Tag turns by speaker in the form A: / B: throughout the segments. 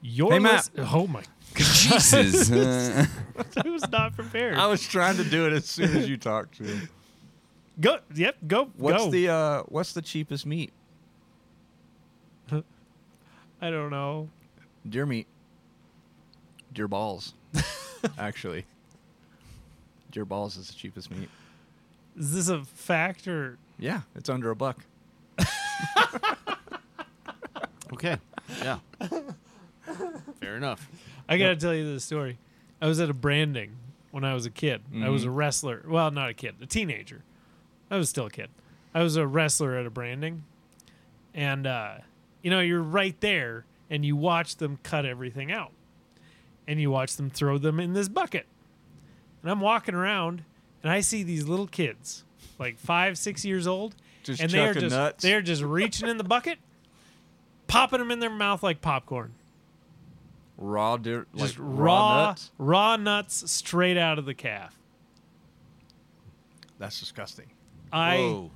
A: Your
B: Hey, Matt.
A: list- oh my!
C: Jesus. Uh,
A: I was not prepared.
B: I was trying to do it as soon as you talked to him.
A: go. Yep. Go.
B: What's
A: go.
B: the uh, what's the cheapest meat?
A: I don't know.
B: Deer meat. Deer balls. actually. Deer balls is the cheapest meat.
A: Is this a fact or
B: Yeah, it's under a buck.
C: okay. Yeah. Fair enough.
A: I gotta tell you this story. I was at a branding when I was a kid. I was a
B: Mm-hmm.
A: wrestler. Well, not a kid, a teenager. I was still a kid. I was a wrestler at a branding, and uh, you know you're right there, and you watch them cut everything out, and you watch them throw them in this bucket. And I'm walking around, and I see these little kids, like five, six years old,
B: Just
A: and they are
B: chucking
A: just
B: nuts.
A: they are just reaching in the bucket, popping them in their mouth like popcorn
B: Raw deer like
A: just raw, raw nuts?
B: nuts.
A: straight out of the calf.
B: That's disgusting.
A: I
C: Whoa.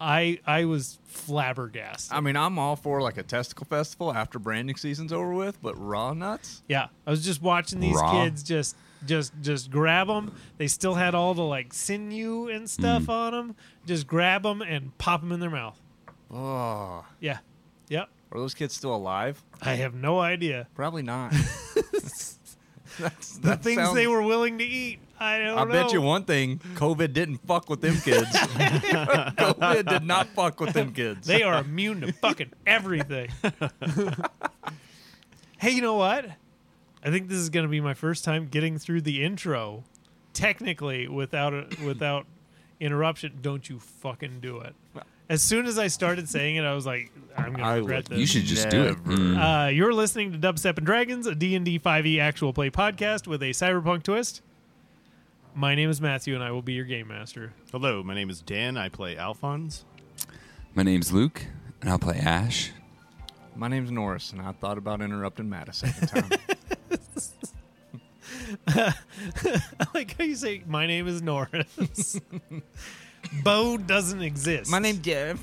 A: I I was flabbergasted.
B: I mean, I'm all for like a testicle festival after branding season's over with, but raw nuts?
A: yeah, I was just watching these
C: Raw?
A: kids just just just grab them. They still had all the like sinew and stuff
B: Hmm.
A: on 'em. on them. Just grab them and pop them in their mouth.
B: Oh.
A: Yeah. Yep.
B: Are those kids still alive?
A: I have no idea.
B: Probably not. That's,
A: The
B: that
A: things
B: sounds-
A: they were willing to eat. I don't
B: I
A: know.
B: bet you one thing, COVID didn't fuck with them kids. COVID did not fuck with them kids.
A: They are immune to fucking everything. hey, you know what? I think this is going to be my first time getting through the intro, technically without a, without interruption. Don't you fucking do it. As soon as I started saying it, I was like, I'm going
B: I
A: to regret
B: would-
A: this.
C: You should just do it.
B: Never.
C: Mm.
A: Uh, you're listening to Dubstep and Dragons, a D&D 5e actual play podcast with a cyberpunk twist. My name is Matthew, and I will be your game master.
D: Hello, my name is Dan. I play Alphonse.
C: My name's Luke, and I'll play Ash.
B: My name's Norris, and I thought about interrupting Matt a second time.
A: I like how you say, my name is Norris. Bo doesn't exist.
B: Jeff.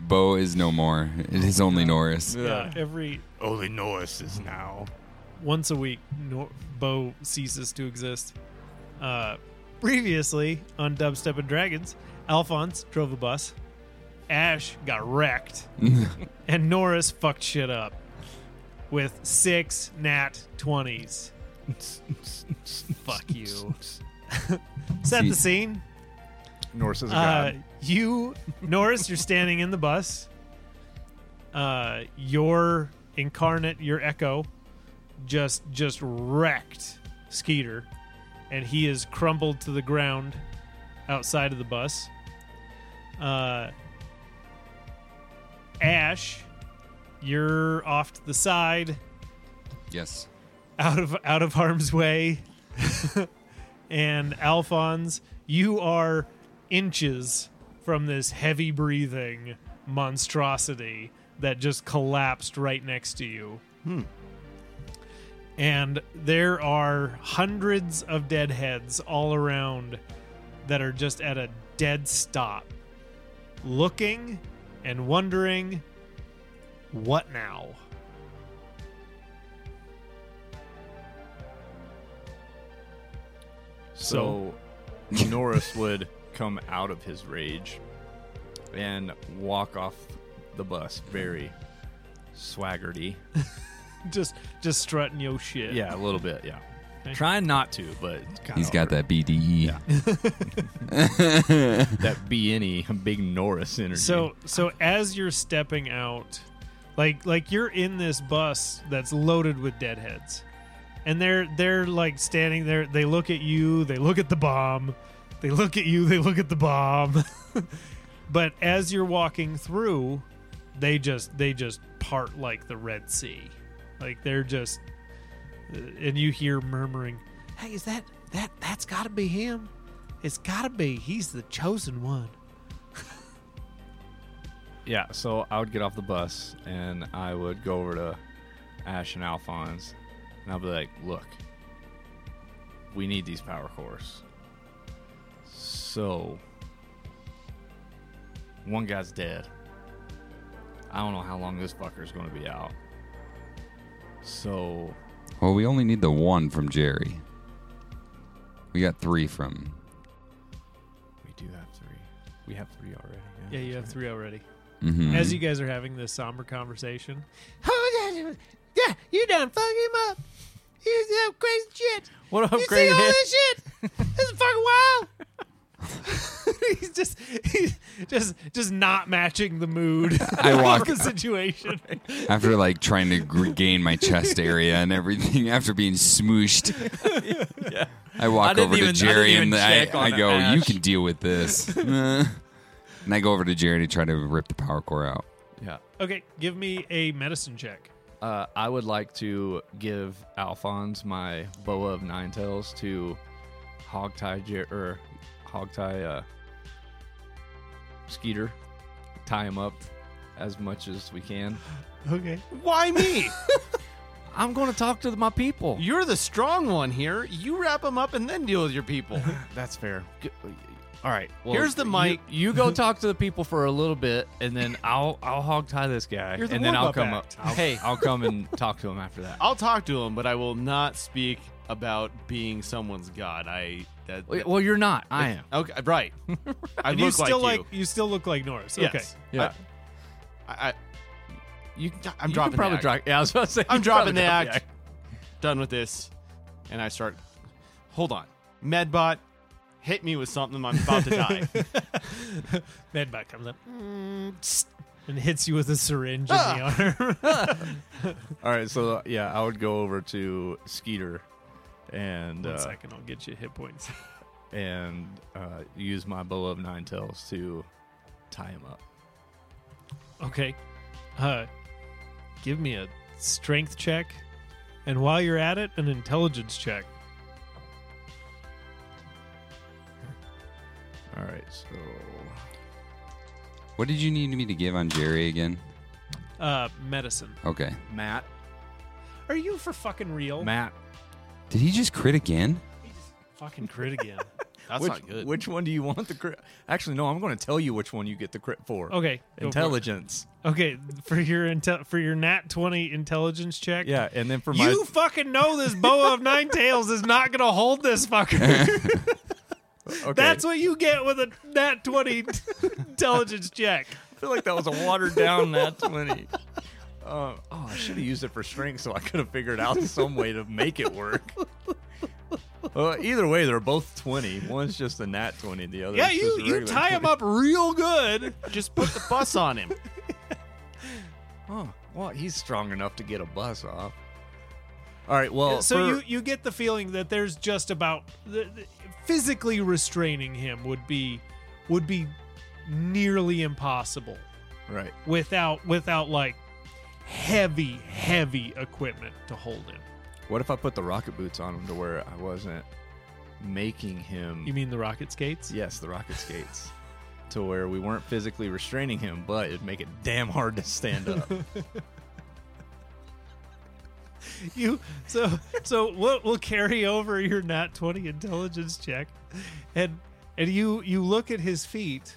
C: Bo is no more. It is only Norris.
A: Yeah, every
B: Only Norris is now.
A: once a week, Nor- Bo ceases to exist. Uh, previously on Dubstep and Dragons, Alphonse drove a bus, Ash got wrecked, and Norris fucked shit up with six nat 20s. Fuck you. Set the scene.
B: Norris is a
A: Uh,
B: god.
A: you, Norris, you're standing in the bus. Uh, your incarnate, your echo, just just wrecked Skeeter, and he is crumbled to the ground outside of the bus. Uh, Ash, you're off to the side,
C: Yes.
A: out of out of harm's way, and Alphonse, you are inches from this heavy breathing monstrosity that just collapsed right next to you. And there are hundreds of dead heads all around that are just at a dead stop, looking and wondering what now?
B: So Norris would come out of his rage and walk off the bus very swaggerty.
A: just just strutting your shit.
B: Yeah, a little bit, yeah.
A: Okay.
B: Trying not to, but it's kinda
C: He's got
B: hard.
C: that E. BDE.
B: that be any big Norris energy.
A: So so as you're stepping out, like like you're in this bus that's loaded with deadheads. And they're they're like standing there, they look at you, they look at the bomb, they look at you, they look at the bomb. but as you're walking through, they just they just part like the Red Sea. Like they're just uh, and you hear murmuring, "Hey, is that that that's got to be him? It's got to be. He's the chosen one."
B: Yeah, so I would get off the bus and I would go over to Ash and Alphonse and I'll be like, look, we need these power cores. So, one guy's dead. I don't know how long this fucker's going to be out. So
C: Well, we only need the one from Jerry. We got three from.
B: we do have three. We have three already.
A: Yeah, you have three already.
C: Mhm.
A: As you guys are having this somber conversation, oh yeah, yeah, you done fucking him up. You do crazy shit.
B: What
A: You see all this shit? This is fucking wild. he's just, he's just, just not matching the mood.
C: I
A: of
C: walk
A: the situation.
C: after like trying to regain my chest area and everything after being smooshed. I
B: I
C: walk
B: didn't
C: over
B: even- I
C: to
B: didn't
C: Jerry
B: even
C: and I,
B: check
C: I
B: on
C: go,
B: Ash."
C: "You can deal with this." Uh, and I go over to Jerry to try to rip the power core out.
B: Yeah.
A: Okay, give me a medicine check.
B: Uh, I would like to give Alphonse my boa of nine tails to hogtie Jer- or hogtie uh, Skeeter, tie him up as much as we can.
A: Okay.
D: Why me?
B: I'm going to talk to my people.
D: You're the strong one here. You wrap them up and then deal with your people. That's fair.
B: All right. Well,
D: Here's the
B: you-
D: mic.
B: You, go talk to the people for a little bit, and then I'll I'll hog tie this guy,
A: You're the
B: and then I'll
A: warm-up
B: come
A: act.
B: up. I'll, hey, I'll come and talk to him after that.
D: I'll talk to him, but I will not speak about being someone's god. I that, that-
B: Well, you're not. I am.
D: okay, right. I
A: And
D: look
A: you still
D: like
A: like,
D: you.
A: you. still look like Norris. Okay.
D: Yes.
B: Yeah.
D: I, I,
B: You,
D: I'm
B: you
D: dropping
B: Can probably
D: the
B: drop. Yeah, I was about to say.
D: I'm
B: you
D: dropping
B: probably
D: the
B: drop
D: act. Done with this, and I start. Hold on, Medbot, hit me with something. I'm about to die.
A: Medbot comes up Mm, and hits you with a syringe
D: Ah.
A: in the arm.
B: All right, so uh, yeah, I would go over to Skeeter and
A: One
B: uh,
A: second, I'll get you hit points.
B: and uh, use my bow of nine tails to tie him up.
A: Okay. Uh, give me a strength check, and while you're at it, an intelligence check.
B: All right, so
C: What did you need me to give on Jerry again?
A: Uh, medicine.
C: Okay.
B: Matt,
A: Are you for fucking real?
B: Matt,
C: Did he just crit again?
A: Fucking crit again.
D: That's
B: which
D: not good.
B: which one do you want the crit? Actually, no, I'm going to tell you which one you get the crit for.
A: Okay. go for it.
B: intelligence.
A: Okay, for your intel for your nat twenty intelligence check.
B: Yeah, and then for my
A: You fucking know this boa of nine tails is not gonna hold this fucker.
B: okay.
A: That's what you get with a nat twenty intelligence check.
B: I feel like that was a watered down nat twenty. Um, oh, I should have used it for strength so I could have figured out some way to make it work. Uh, either way, they're both twenty. One's just a nat twenty, the other.
A: Yeah,
B: is
A: you
B: just
A: you
B: regular
A: tie him up real good.
D: Just put the bus on him.
B: 20. Oh, well, he's strong enough to get a bus off. All right, well,
A: so
B: for-
A: you you get the feeling that there's just about the, the- physically restraining him would be would be nearly impossible
B: right,
A: without without like heavy heavy equipment to hold him.
B: what if I put the rocket boots on him to where I wasn't making him?
A: You mean the rocket skates?
B: yes, the rocket skates. To where we weren't physically restraining him, but it'd make it damn hard to stand up.
A: You so so we'll, we'll carry over your nat 20 intelligence check and and you you look at his feet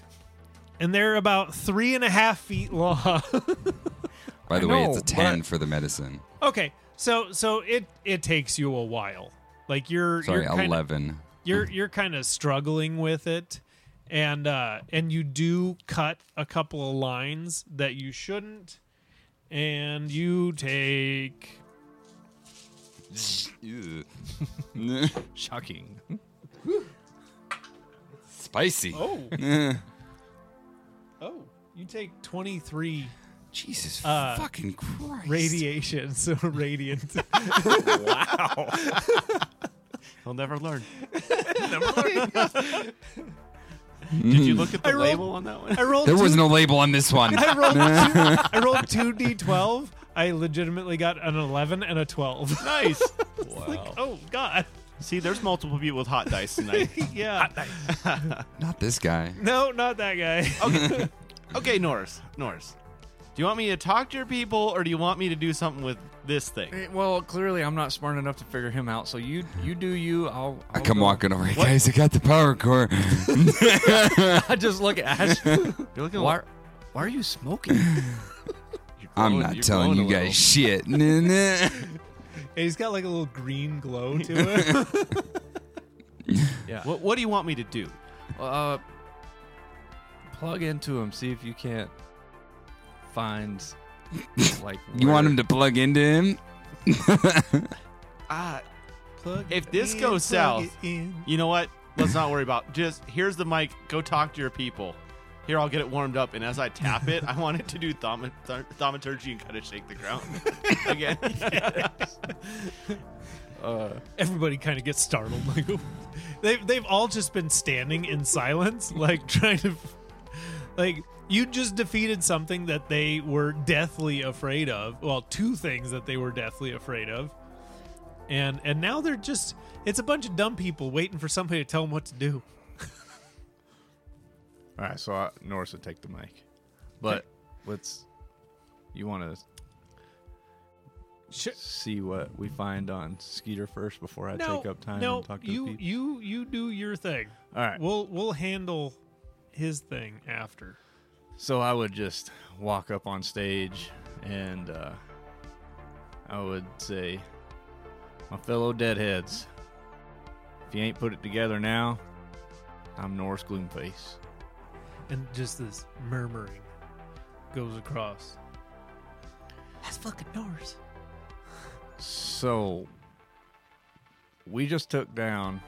A: and they're about three and a half feet long.
C: By
B: I
C: the way,
B: know,
C: it's a ten
B: but-
C: for the medicine.
A: Okay, so so it it takes you a while. Like you're
C: Sorry,
A: you're kinda,
C: eleven.
A: You're you're kind of struggling with it, and uh, and you do cut a couple of lines that you shouldn't, and you take
C: Ugh.
B: Shocking.
C: Spicy.
A: oh oh you take twenty three
C: Jesus
A: Uh,
C: fucking Christ!
A: radiation so radiant
D: He'll never learn. Did you look at the
A: I rolled-
D: label on that one?
A: I rolled
C: There
A: two-
C: was no label on this one.
A: I rolled two, I rolled two d twelve I legitimately got an eleven and a twelve
D: nice.
B: Wow.
A: oh god
D: See, there's multiple people with hot dice tonight.
A: yeah
C: Not this guy.
A: no not that guy
D: Okay, okay, Norris, Norris. Do you want me to talk to your people, or do you want me to do something with this thing?
B: Eh, Well, clearly I'm not smart enough to figure him out. So you you do you. I'll,
C: I
B: I'll
C: come
B: go-
C: walking over. Hey, guys, I got the power core.
B: I just look at Ash.
D: You're looking
B: why, why are you smoking?
C: I'm
B: glowing-
C: not
B: you're
C: telling you
B: glowing a
C: guys shit. Nah, nah.
A: And he's got like a little green glow to it.
B: Yeah.
D: What, what do you want me to do?
B: Uh, plug into him. See if you can't find like.
C: you want
B: where-
C: him to plug into him?
D: Ah,
A: Plug
D: If
A: it
D: this
A: in,
D: goes
A: plug
D: south-
A: it in.
D: you know what? Let's not worry about. Just here's the mic. Go talk to your people. Here, I'll get it warmed up, and as I tap it, I want it to do thaumat- thaumaturgy and kind of shake the ground again.
A: everybody kind of gets startled. Like they've they've all just been standing in silence, like trying to, like you just defeated something that they were deathly afraid of. Well, two things that they were deathly afraid of, and and now they're just it's a bunch of dumb people waiting for somebody to tell them what to do.
B: All right, so I, Norris would take the mic, but let's. You want to
A: Sure.
B: see what we find on Skeeter first before I
A: No,
B: take up time
A: no,
B: and talk to
A: you
B: the people.
A: you you do your thing.
B: All right.
A: We'll we'll handle his thing after.
B: So I would just walk up on stage and uh, I would say, My fellow deadheads, if you ain't put it together now, I'm Norris Gloomface.
A: and just this murmuring goes across. That's fucking Norris.
B: So we just took down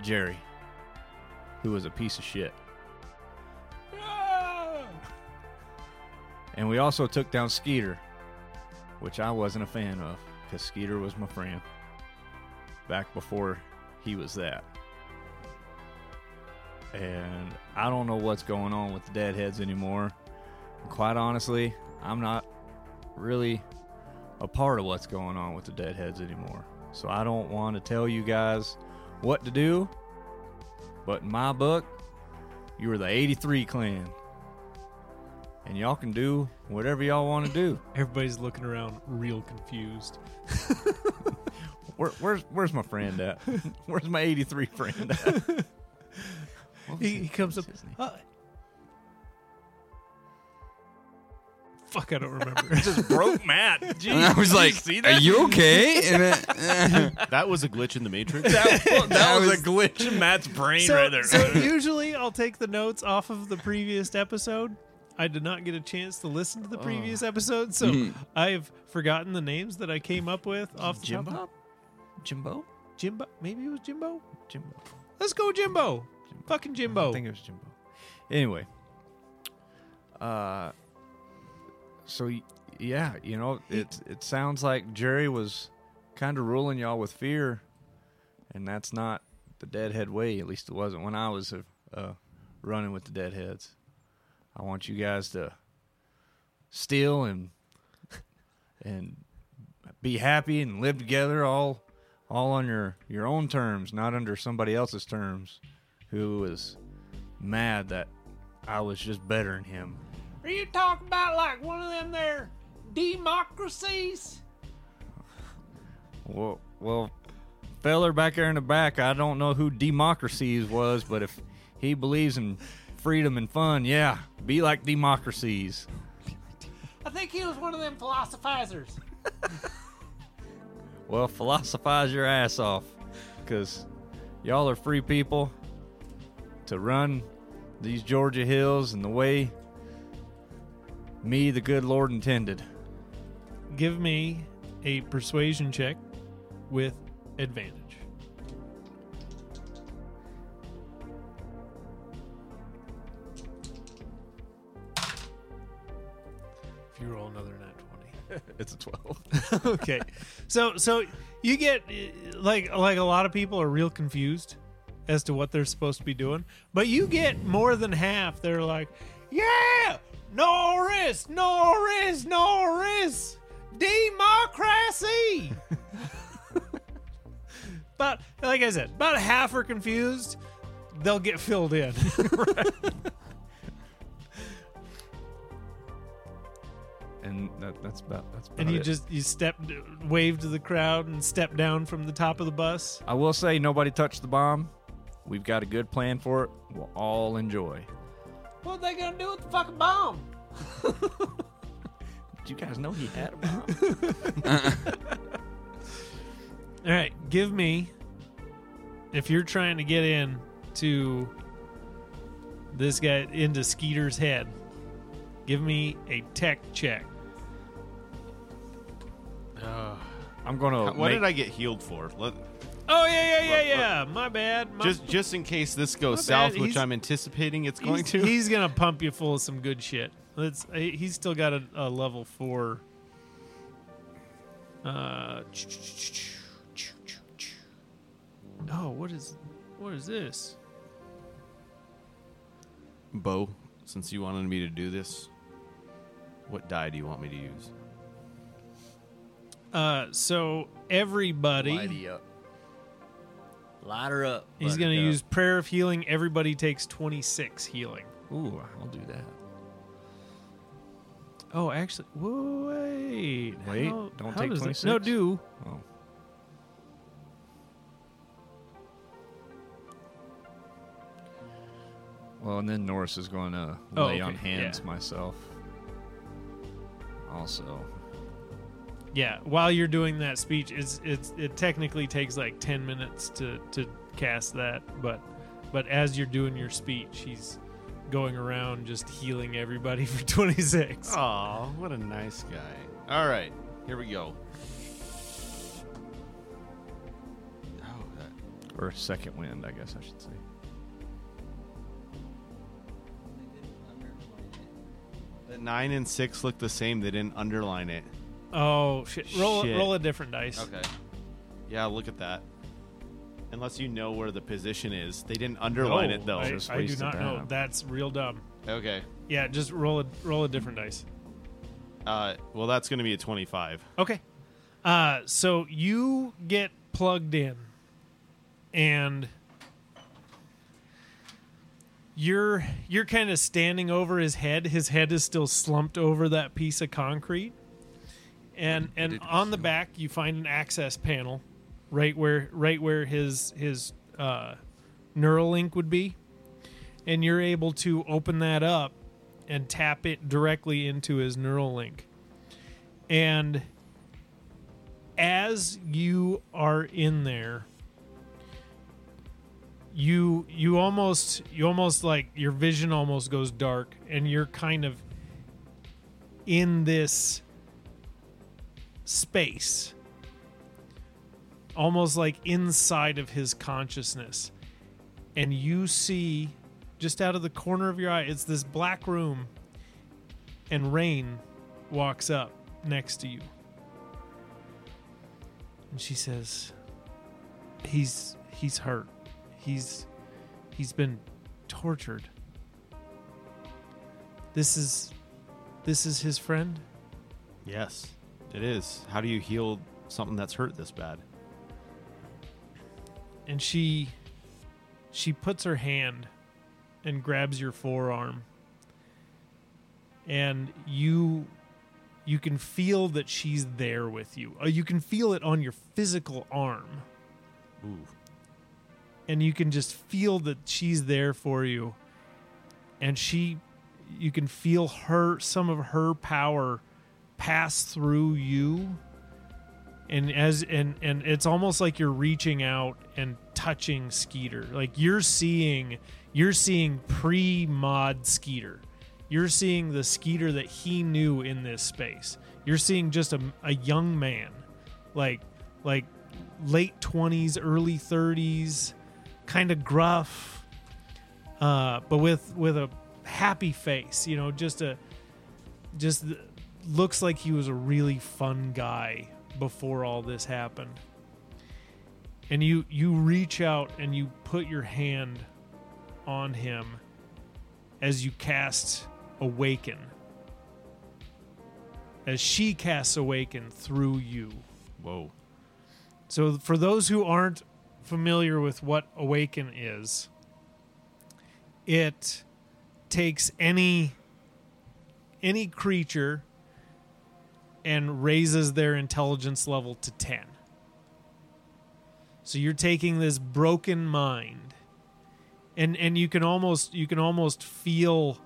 B: Jerry, who was a piece of shit. And we also took down Skeeter, which I wasn't a fan of because Skeeter was my friend back before he was that. And I don't know what's going on with the Deadheads anymore. Quite honestly, I'm not really a part of what's going on with the Deadheads anymore. So I don't want to tell you guys what to do, but in my book, you are the 83 clan. And y'all can do whatever y'all want to do.
A: Everybody's looking around real confused.
B: Where, where's where's my friend at? Where's my 83 friend at? Oh,
A: He, he comes up. "Uh, fuck, I don't remember.
B: Just broke Matt. Jeez,
C: And I was
B: did you
C: like,
B: see
C: "Are
B: that?
C: you okay?" And it-
D: that was a glitch in the matrix.
B: that, that was,
C: was-
B: a glitch in Matt's brain
A: so,
B: right there.
A: so usually I'll take the notes off of the previous episode. I did not get a chance to listen to
B: Oh.
A: the previous episode, so
B: Mm.
A: I've forgotten the names that I came up with off the top of-
B: Jimbo? Jimbo?
A: Jimbo, maybe it was Jimbo.
B: Jimbo.
A: Let's go, Jimbo. Fucking Jimbo.
B: I think it was Jimbo. Anyway, uh, so y- yeah, you know, it it sounds like Jerry was kind of ruling y'all with fear, and that's not the deadhead way. At least it wasn't when I was uh, uh, running with the deadheads. I want you guys to steal and and be happy and live together all all on your your own terms, not under somebody else's terms who was mad that I was just better than him.
A: Are you talking about like one of them there democracies?
B: Well, well, feller back there in the back, I don't know who Democracies was, but if he believes in freedom and fun, yeah, be like Democracies.
A: I think he was one of them philosophizers.
B: Well, philosophize your ass off, because y'all are free people to run these Georgia hills in the way me, the good Lord, intended.
A: Give me a persuasion check with advantage. If you roll another nat 20.
B: It's a 12.
A: okay so so you get uh, like like a lot of people are real confused as to what they're supposed to be doing but you get more than half they're like yeah norris norris norris democracy but like i said about half are confused they'll get filled in
B: And that, that's about that's about
A: and you
B: it.
A: just you step wave to the crowd and step down from the top of the bus
B: I will say nobody touched the bomb. We've got a good plan for it. We'll all enjoy.
A: what are they gonna do with the fucking bomb
B: you guys know he had a bomb?
A: All right, give me. If you're trying to get in to this guy into Skeeter's head, give me a tech check.
B: I'm gonna.
D: What
B: make-
D: did I get healed for? Let,
A: Oh yeah, yeah,
D: Look,
A: yeah, yeah. My bad. My
D: just just in case this goes
A: My bad,
D: south, which
A: he's-
D: I'm anticipating it's
A: he's,
D: going to.
A: He's gonna pump you full of some good shit. Let's. he- He's still got a, a level four. Uh. Oh, what is what is this?
D: Bo, since you wanted me to do this, what die do you want me to use?
A: Uh, so everybody.
B: Lighty up. Light her up.
A: He's
B: Light
A: going to
B: it up.
A: use prayer of healing. Everybody takes 26 healing.
B: Ooh, I'll do that.
A: Oh, actually, whoa, wait.
B: Wait,
A: How-
B: don't
A: how
B: take
A: does it- No,
B: 26?
A: do.
B: Oh. Well, and then Norris is going to
A: Oh,
B: lay on
A: okay,
B: hands
A: yeah.
B: myself. Also,
A: Yeah, while you're doing that speech, it's it's it technically takes like 10 minutes to to cast that, but but as you're doing your speech, he's going around just healing everybody for 26.
D: Oh, what a nice guy. All right, here we go. Oh, that-
B: or second wind, I guess I should say.
D: the nine and six look the same. They didn't underline it.
A: Oh shit. Roll
D: Shit.
A: roll a different dice.
D: Yeah, look at that. Unless you know where the position is, they didn't underline
A: No,
D: it though.
A: I,
B: Just
A: I do
B: wasted
A: not know.
B: that.
A: That's real dumb.
D: okay.
A: Yeah, just roll a roll a different dice.
D: Uh, well, that's going to be a twenty-five.
A: Okay. Uh, so you get plugged in, and you're you're kind of standing over his head. His head is still slumped over that piece of concrete, and and
C: did
A: on the
C: feel-
A: back you find an access panel, right where right where his his uh, neural link would be, and you're able to open that up and tap it directly into his neural link. And as you are in there, you you almost you almost like your vision almost goes dark and you're kind of in this space almost like inside of his consciousness and you see just out of the corner of your eye it's this black room and rain walks up next to you and she says he's he's hurt he's he's been tortured this is this is his friend
D: Yes, it is. How do you heal something that's hurt this bad?
A: and she she puts her hand and grabs your forearm and you you can feel that she's there with you Uh, you can feel it on your physical arm
D: Ooh.
A: and you can just feel that she's there for you and she you can feel her some of her power pass through you and as and and it's almost like you're reaching out and touching skeeter like you're seeing you're seeing pre-mod skeeter you're seeing the skeeter that he knew in this space you're seeing just a, a young man like like late 20s early 30s kind of gruff uh, but with with a happy face you know just a just th- looks like he was a really fun guy before all this happened and you you reach out and you put your hand on him as you cast awaken as she casts awaken through you
D: Whoa.
A: so, for those who aren't familiar with what awaken is, it takes any any creature and raises their intelligence level to 10. So you're taking this broken mind and and you can almost you can almost feel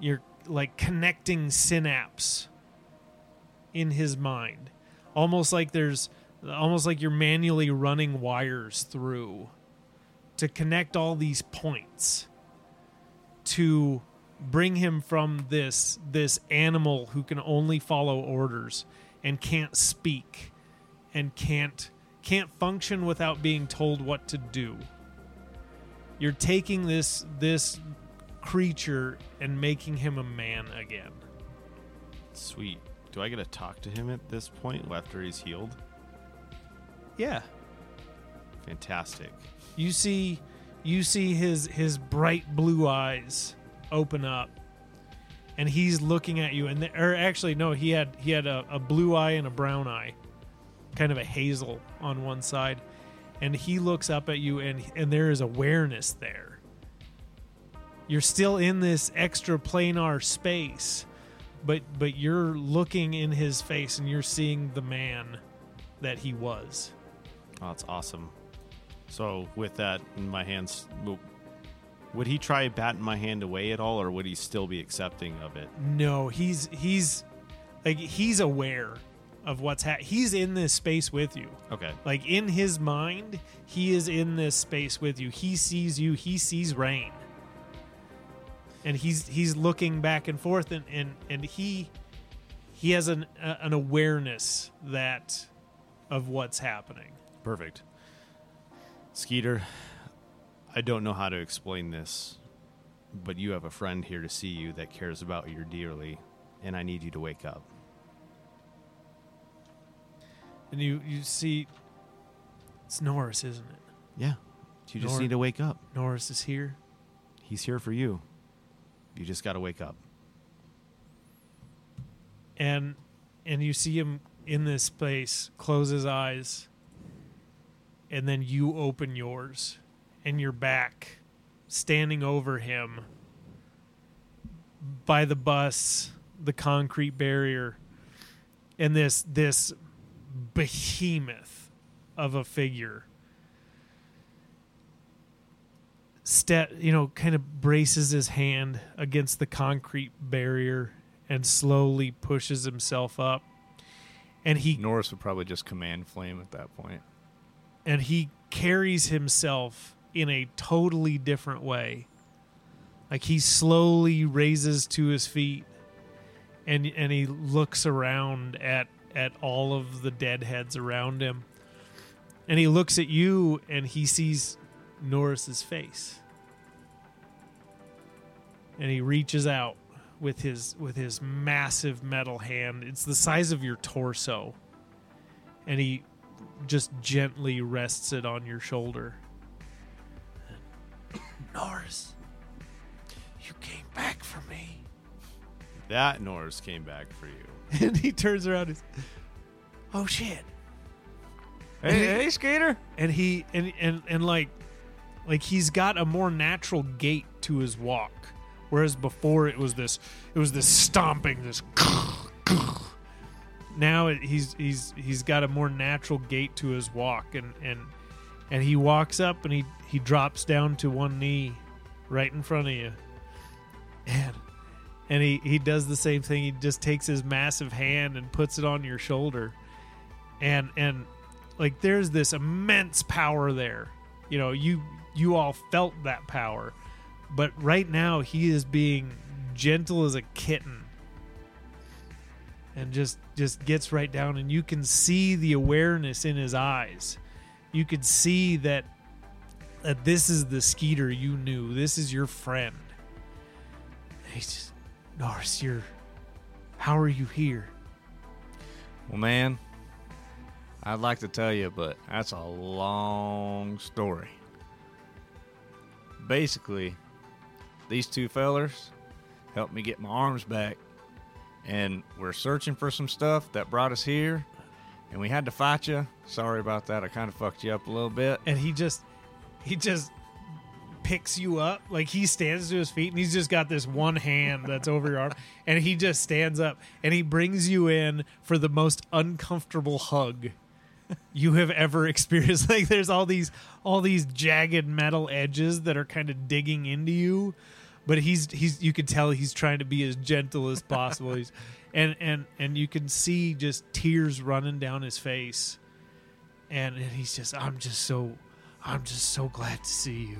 A: you're like connecting synapse in his mind, almost like there's almost like you're manually running wires through to connect all these points to bring him from this this animal who can only follow orders and can't speak and can't can't function without being told what to do. You're taking this this creature and making him a man again.
D: Sweet. Do I get to talk to him at this point after he's healed?
A: Yeah.
D: Fantastic.
A: You see you see his his bright blue eyes open up and he's looking at you and the, or actually no he had he had a, a blue eye and a brown eye kind of a hazel on one side and he looks up at you and and there is awareness there you're still in this extra planar space but but you're looking in his face and you're seeing the man that he was
D: Oh, that's awesome. So with that in my hands, w- would he try batting my hand away at all, or would he still be accepting of it?
A: No, he's he's like he's aware of what's ha- he's in this space with you.
D: Okay.
A: Like in his mind, he is in this space with you. He sees you. He sees rain. And he's he's looking back and forth, and and and he he has an uh, an awareness that of what's happening.
D: Perfect. Skeeter, I don't know how to explain this, but you have a friend here to see you that cares about you dearly, and I need you to wake up.
A: And you you see, it's Norris, isn't it?
D: Yeah. You just
A: Nor-
D: need to wake up.
A: Norris is here.
D: He's here for you. You just got to wake up.
A: and and you see him in this place close his eyes and then you open yours and you're back standing over him by the bus the concrete barrier and this this behemoth of a figure step you know kind of braces his hand against the concrete barrier and slowly pushes himself up and he
B: Norris would probably just command flame at that point.
A: and he carries himself in a totally different way. Like he slowly raises to his feet and and he looks around at at all of the deadheads around him. And he looks at you and he sees Norris's face. And he reaches out with his with his massive metal hand. It's the size of your torso. And he just gently rests it on your shoulder. Norris, you came back for me.
D: That Norris came back for you.
A: And he turns around and is, oh shit.
B: Hey, hey, Skater!
A: And he and and and like like he's got a more natural gait to his walk. Whereas before it was this it was this stomping, this now it- he's he's he's got a more natural gait to his walk and and and he walks up and he he drops down to one knee right in front of you and and he he does the same thing he just takes his massive hand and puts it on your shoulder and and like there's this immense power there you know you you all felt that power but right now he is being gentle as a kitten and just just gets right down and you can see the awareness in his eyes you could see that that this is the skeeter you knew this is your friend he's just norris you're how are you here
B: Well, man, I'd like to tell you, but that's a long story. Basically, these two fellers helped me get my arms back, and we're searching for some stuff that brought us here, and we had to fight you. Sorry about that. I kind of fucked you up a little bit.
A: and he just he just picks you up like he stands to his feet and he's just got this one hand that's over your arm and he just stands up and he brings you in for the most uncomfortable hug you have ever experienced like there's all these all these jagged metal edges that are kind of digging into you but he's he's you can tell he's trying to be as gentle as possible he's and and and you can see just tears running down his face, and, and he's just, I'm just so, I'm just so glad to see you.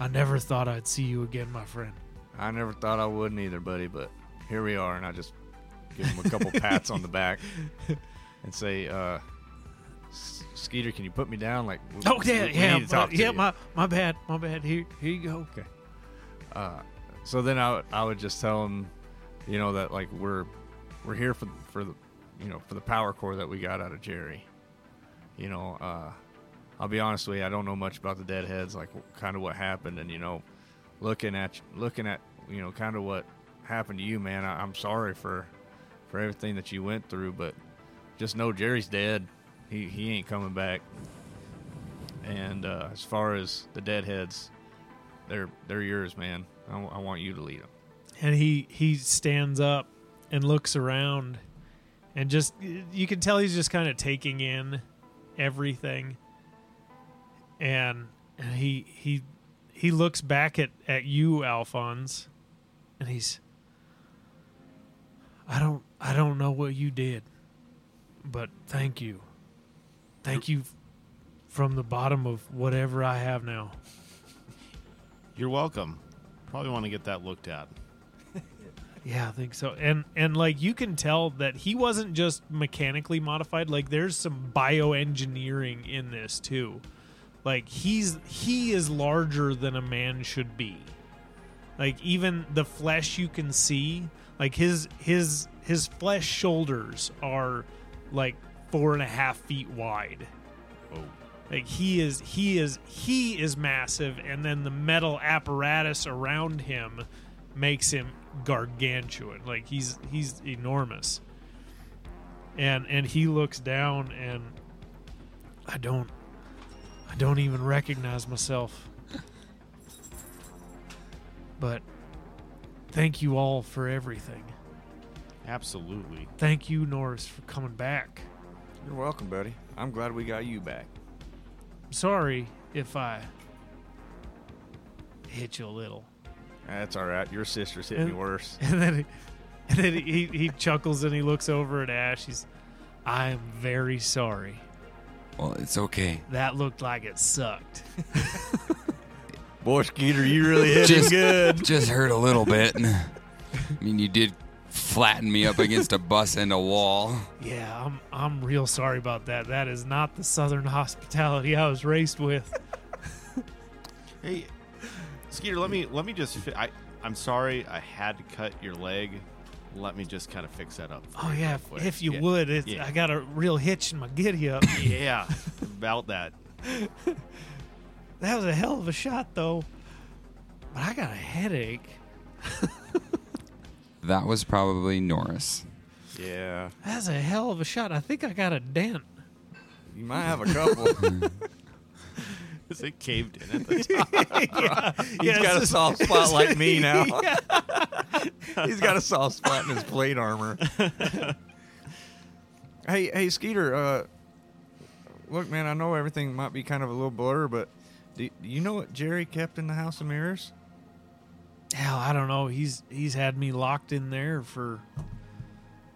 A: I never thought I'd see you again, my friend.
B: I never thought I wouldn't either, buddy, but here we are, and I just give him a couple pats on the back and say, uh, S- Skeeter, can you put me down? Like, we-
A: Oh yeah,
B: we- we
A: yeah,
B: need to talk to
A: yeah.
B: you."
A: My my bad, my bad. Here here you go. Okay.
B: so then I, would- I would just tell him, you know, that like we're we're here for for the you know for the power core that we got out of Jerry. You know, uh, I'll be honest with you, I don't know much about the deadheads, like kind of what happened, and you know, looking at looking at you know kind of what happened to you, man. I, I'm sorry for for everything that you went through, but just know Jerry's dead. He he ain't coming back. And uh, as far as the deadheads, they're they're yours, man. I, w- I want you to lead them.
A: and he he stands up and looks around and just you can tell he's just kind of taking in everything and, and he he he looks back at at you alphonse and he's i don't i don't know what you did but thank you thank you f- from the bottom of whatever i have now
D: You're welcome. Probably want to get that looked at.
A: Yeah, I think so. And and like you can tell that he wasn't just mechanically modified. Like there's some bioengineering in this too. Like he's he is larger than a man should be. Like even the flesh you can see, like his his his flesh shoulders are like four and a half feet wide.
D: Oh.
A: Like he is he is he is massive and then the metal apparatus around him makes him gargantuan. Like he's he's enormous. And and he looks down and I don't I don't even recognize myself. But thank you all for everything.
D: Absolutely.
A: Thank you Norris for coming back.
B: You're welcome, buddy. I'm glad we got you back.
A: Sorry if I hit you a little.
B: That's all right. Your sister's hit
A: And-
B: me worse.
A: And then, he, and then he, he chuckles and he looks over at Ash. He's, I am very sorry.
C: Well, it's okay.
A: That looked like it sucked.
B: Boy, Skeeter, you really hit
C: Just-
B: him good.
C: Just hurt a little bit. I mean, you did flatten me up against a bus and a wall.
A: Yeah, I'm I'm real sorry about that. That is not the Southern hospitality I was raised with.
D: Hey, Skeeter, let me let me just. Fi- I I'm sorry, I had to cut your leg. Let me just kind of fix that up. for
A: Oh
D: you
A: yeah,
D: real
A: if,
D: quick.
A: if you
D: Yeah.
A: would, it's,
D: Yeah.
A: I got a real hitch in my giddy up.
D: Yeah, about that.
A: that was a hell of a shot though. But I got a headache.
C: That was probably Norris.
B: Yeah,
A: That's a hell of a shot. I think I got a dent.
B: you might have a couple.
D: Is it caved in at the
B: He's
A: Yeah,
B: got a
A: it's-
B: soft spot like me now. He's got a soft spot in his plate armor. hey, hey, Skeeter. Uh, look, man, I know everything might be kind of a little blur, but do, do you know what Jerry kept in the House of Mirrors?
A: hell i don't know he's he's had me locked in there for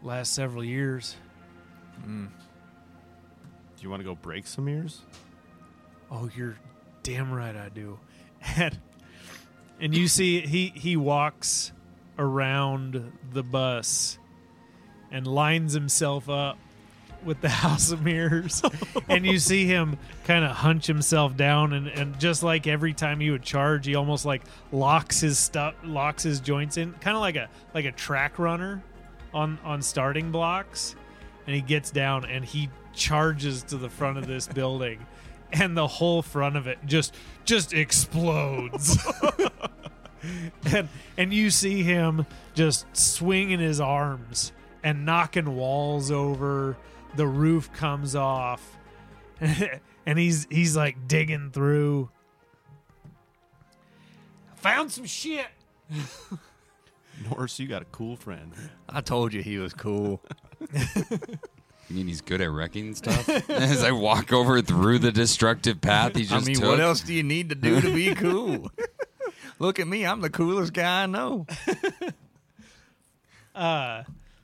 A: last several years
D: Do you want to go break some ears?
A: oh you're damn right i do and and you see he he walks around the bus and lines himself up with the house of mirrors and you see him kind of hunch himself down and, and just like every time he would charge he almost like locks his stuff locks his joints in kind of like a like a track runner on on starting blocks and he gets down and he charges to the front of this building and the whole front of it just just explodes and and you see him just swinging his arms and knocking walls over the roof comes off and he's he's like digging through found some shit
D: Norris, you got a cool friend.
B: I told you he was cool.
C: I mean, he's good at wrecking stuff. As I walk over through the destructive path, he
B: I
C: just
B: mean,
C: took.
B: what else do you need to do to be cool? Look at me, I'm the coolest guy I know.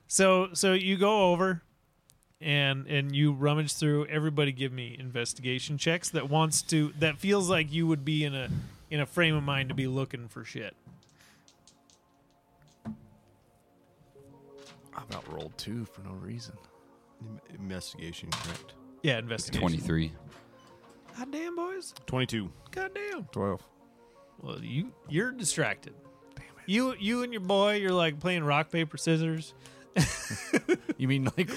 A: So so you go over and and you rummage through everybody give me investigation checks that wants to that feels like you would be in a in a frame of mind to be looking for shit.
B: I about rolled two for no reason.
D: Investigation, correct.
A: Yeah, investigation.
C: 23.
A: God damn boys.
D: 22.
A: God damn.
B: Twelve.
A: Well, you you're distracted. You you and your boy, you're like playing rock paper scissors.
B: You mean like,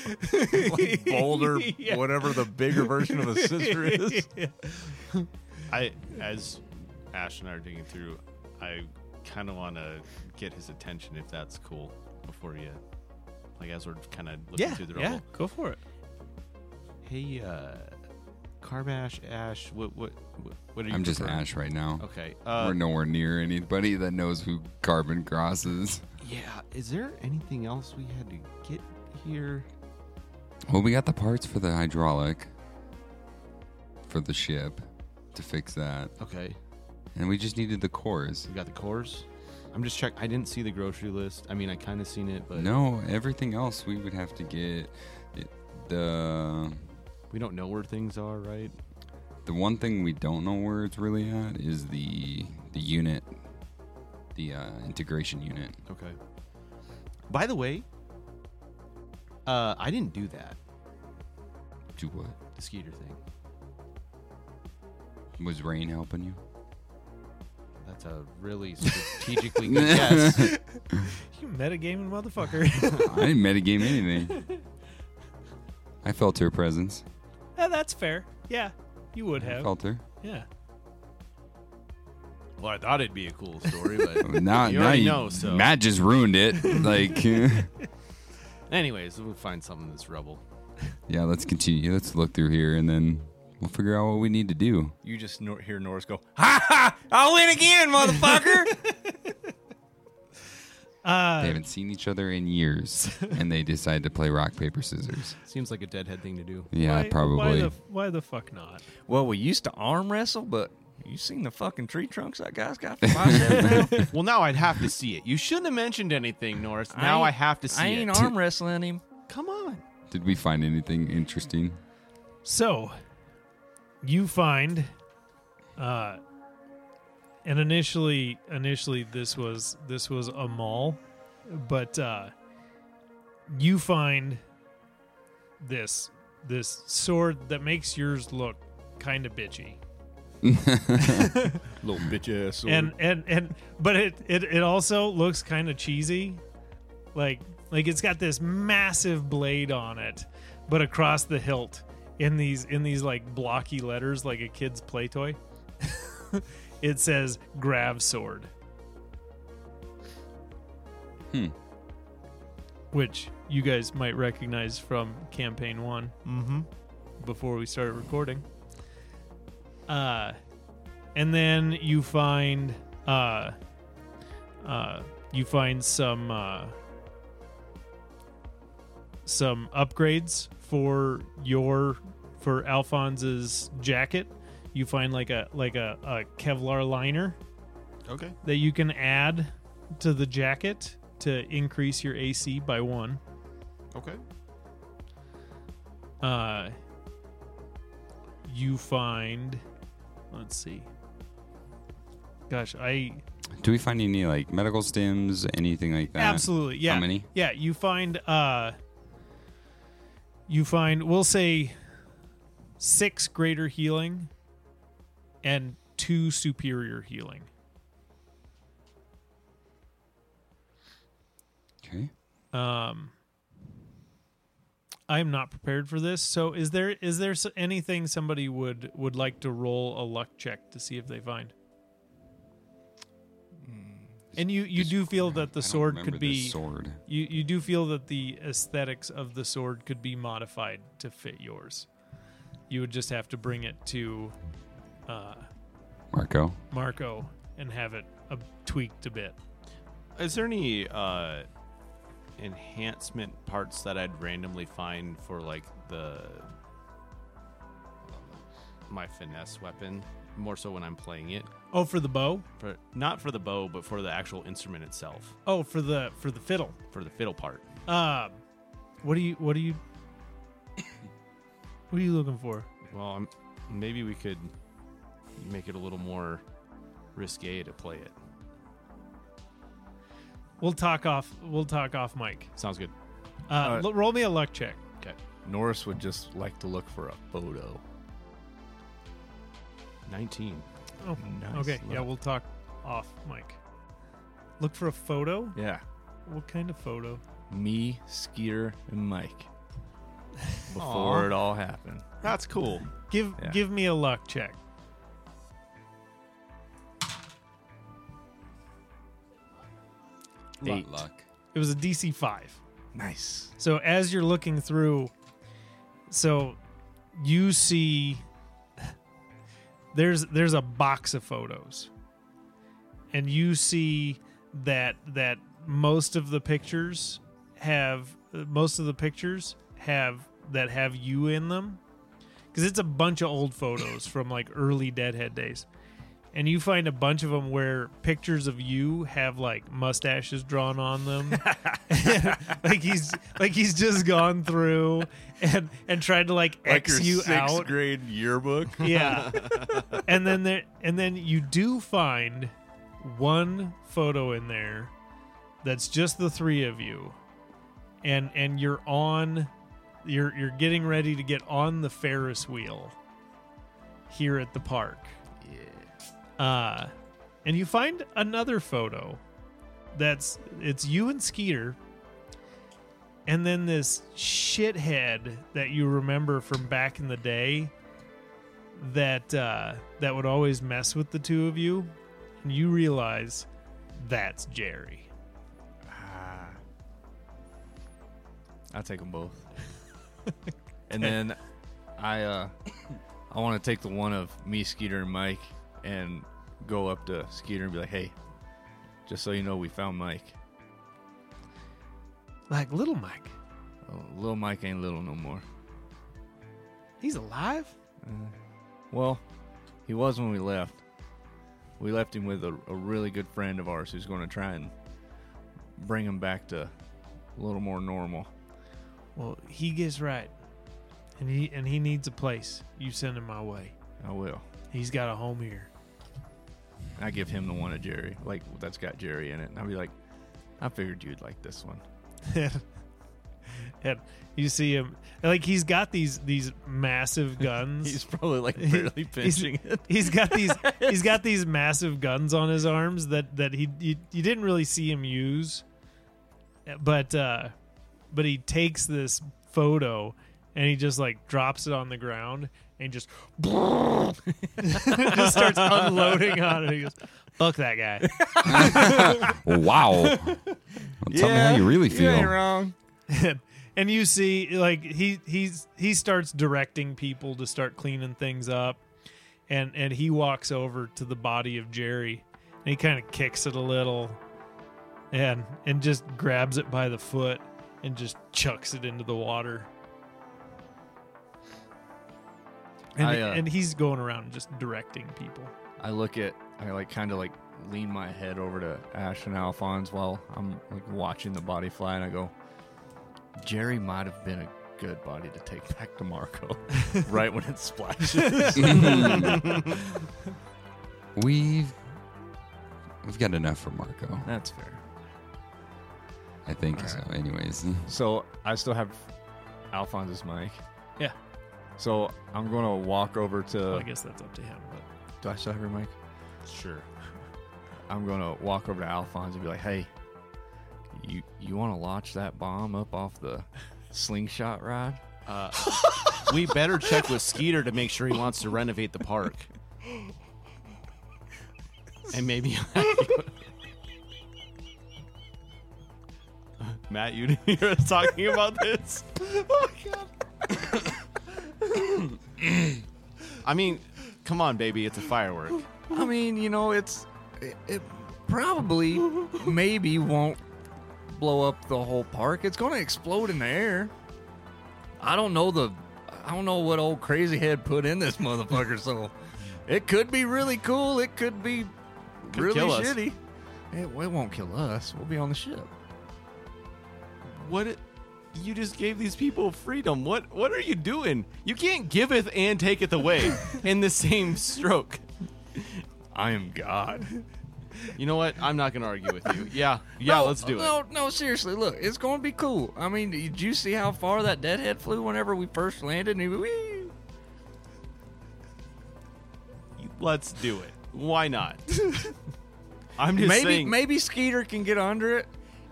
B: like Boulder,
A: Yeah.
B: whatever the bigger version of a sister is?
D: I as Ash and I are digging through, I kind of want to get his attention if that's cool before you, like as we're kind of looking
A: yeah,
D: through the
A: yeah,
D: rubble.
A: go for it.
D: Hey, uh, Carmash, Ash, what what what, what are you?
C: I'm just
D: preferring?
C: Ash right now.
D: Okay. Uh,
C: We're nowhere near anybody that knows who Carbon Cross is.
D: yeah. Is there anything else we had to get here?
C: Well, we got the parts for the hydraulic for the ship to fix that.
D: Okay.
C: And we just needed the cores.
D: We got the cores. I'm just check. I didn't see the grocery list. I mean, I kind of seen it, but
C: No, everything else we would have to get the
D: we don't know where things are, right?
C: the one thing we don't know where it's really at is the the unit the uh, integration unit.
D: Okay. By the way, uh, I didn't do that.
C: Do what?
D: The Skeeter thing.
C: Was Rain helping you?
D: That's a really strategically good guess.
A: You metagaming motherfucker.
C: I didn't metagame anything. I felt her presence.
A: yeah, that's fair. Yeah, you would
C: I
A: have.
C: felt her.
A: Yeah.
D: Well, I thought it'd be a cool story, but
C: Now,
D: You
C: now
D: already
C: you
D: know, so-
C: Matt just ruined it. Like, yeah,
D: anyways, we'll find something that's rubble.
C: let's continue. Let's look through here, and then we'll figure out what we need to do.
B: You just nor- hear Norris go, "Ha ha! I'll win again, motherfucker!"
A: Uh,
C: they haven't seen each other in years, and they decide to play rock paper scissors.
D: Seems like a deadhead thing to do.
C: Yeah,
A: Why- Why
C: probably.
A: the, why the fuck not?
B: well, we used to arm wrestle, but you seen the fucking tree trunks that guy's got for myself now.
D: Well, now I'd have to see it. You shouldn't have mentioned anything, Norris. Now I,
B: ain't-
D: have to see
B: I ain't
D: it.
B: arm wrestling him.
D: Come on.
C: Did we find anything interesting?
A: So, you find, uh, and initially, initially this was this was a mall, but uh, you find this this sword that makes yours look kind of bitchy,
D: Little bitch ass.
A: and and and but it it, it also looks kind of cheesy, like like it's got this massive blade on it, but across the hilt in these in these like blocky letters like a kid's play toy. it says grav sword.
C: Hmm.
A: Which you guys might recognize from campaign one
D: Mm-hmm.
A: before we started recording. Uh, and then you find uh, uh, you find some uh, some upgrades for your for Alphonse's jacket. You find like a like a, a Kevlar liner
D: Okay.
A: that you can add to the jacket to increase your AC by one.
D: Okay.
A: uh, you find let's see gosh i
C: Do we find any like medical stems, anything like that?
A: absolutely yeah
C: Uh, How many?
A: yeah you find uh you find we'll say six greater healing and two superior healing
C: Okay.
A: um i'm not prepared for this so is there is there s- anything somebody would would like to roll a luck check to see if they find and you you
C: Hmm. This
A: do feel
C: crap.
A: that the
C: I don't
A: sword
C: remember
A: could
C: this
A: be
C: sword.
A: you you do feel that the aesthetics of the sword could be modified to fit yours you would just have to bring it to uh
C: Marco.
A: marco and have it uh, tweaked a bit
D: Is there any uh, enhancement parts that I'd randomly find for like the my finesse weapon? More so when I'm playing it,
A: oh for the bow
D: for, not for the bow, but for the actual instrument itself,
A: oh for the for the fiddle
D: for the fiddle part.
A: Um, What do you? What do you? What are you looking for?
D: Well, I'm, maybe we could make it a little more risque to play it.
A: We'll talk off. We'll talk off, Mike.
D: Sounds good.
A: Uh,
B: All right.
A: l- roll me a luck check.
D: Okay.
B: Norris would just like to look for a photo.
D: 19.
A: Oh,
B: Nice
A: okay. Yeah,
B: luck.
A: we'll talk off, Mike. Look for a photo.
B: Yeah.
A: What kind of photo?
B: Me, Skeeter, and Mike. Before
D: Aw.
B: it all happened.
D: That's cool.
A: Give
B: Yeah.
A: Give me a luck check.
C: Lot
B: Eight.
C: luck.
A: It was a DC five.
B: Nice.
A: So as you're looking through, so you see there's there's a box of photos, and you see that that most of the pictures have most of the pictures have that have you in them because it's a bunch of old photos from like early deadhead days and you find a bunch of them where pictures of you have like mustaches drawn on them like he's like he's just gone through and and tried to like,
B: Like your
A: x you
B: sixth
A: out
B: grade yearbook.
A: yeah and then there and then you do find one photo in there that's just the three of you and and you're on you're you're getting ready to get on the ferris wheel here at the park yeah uh and you find another photo that's it's you and skeeter and then this shithead that you remember from back in the day that uh, that would always mess with the two of you, and you realize that's Jerry.
B: I take them both. and then I uh I want to take the one of me, Skeeter, and Mike, and go up to Skeeter and be like, "Hey, just so you know, we found Mike.
A: Like little Mike,
B: Oh, little Mike ain't little no more.
A: he's alive.
B: Well, he was when we left. We left him with a, a really good friend of ours who's going to try and bring him back to a little more normal.
A: Well, he gets right, and he and he needs a place. You send him my way.
B: I will.
A: He's got a home here.
B: I give him the one of Jerry, like that's got Jerry in it, and I'll be like, I figured you'd like this one.
A: And you see him, like he's got these these massive guns.
B: He's probably like
A: He-
B: barely
A: he's-
B: pinching it.
A: he's got these he's got these massive guns on his arms that that he you, you didn't really see him use but uh but he takes this photo and he just like drops it on the ground and just just starts unloading on it he goes fuck that guy
C: Wow. Well, tell me how you really feel.
B: wrong.
A: and, and you see like he he's he starts directing people to start cleaning things up and and he walks over to the body of jerry and he kind of kicks it a little and and just grabs it by the foot and just chucks it into the water and,
B: I, uh,
A: and he's going around just directing people
B: I look at, I like kind of like lean my head over to Ash and Alphonse while I'm like watching the body fly, and I go, Jerry might have been a good body to take back to Marco right when it splashes.
C: Mm-hmm. We've we've got enough for Marco.
B: That's fair.
C: I think so. Anyways,
B: So I still have Alphonse's mic.
A: Yeah.
B: So I'm gonna walk over
A: well,
B: to.
A: i guess that's up to him but
B: Do I still have your mic?
D: Sure.
B: I'm gonna walk over to Alphonse and be like, "Hey, you you want to launch that bomb up off the slingshot rod?"
D: We better check with Skeeter to make sure he wants to renovate the park. And maybe. Matt, you didn't hear us talking about this? Oh, my God. I mean, come on, baby. It's a firework.
B: I mean, you know, it's it, it probably maybe won't blow up the whole park. It's gonna explode in the air. I don't know the I don't know what old crazy head put in this motherfucker. So it could be really cool. It could be
D: Could
B: really
D: kill us.
B: shitty. It, it won't kill us. We'll be on the ship.
D: What? It, you just gave these people freedom. What what are you doing? You can't giveth and taketh away in the same stroke.
B: I am God.
D: You know what? I'm not gonna argue with you. Yeah, yeah,
B: No,
D: let's do
B: no,
D: it.
B: No, seriously, look, it's going to be cool. I mean, did you see how far that deadhead flew whenever we first landed? And he, wee.
D: Let's do it. Why not? I'm
B: Maybe
D: just saying.
B: maybe Skeeter can get under it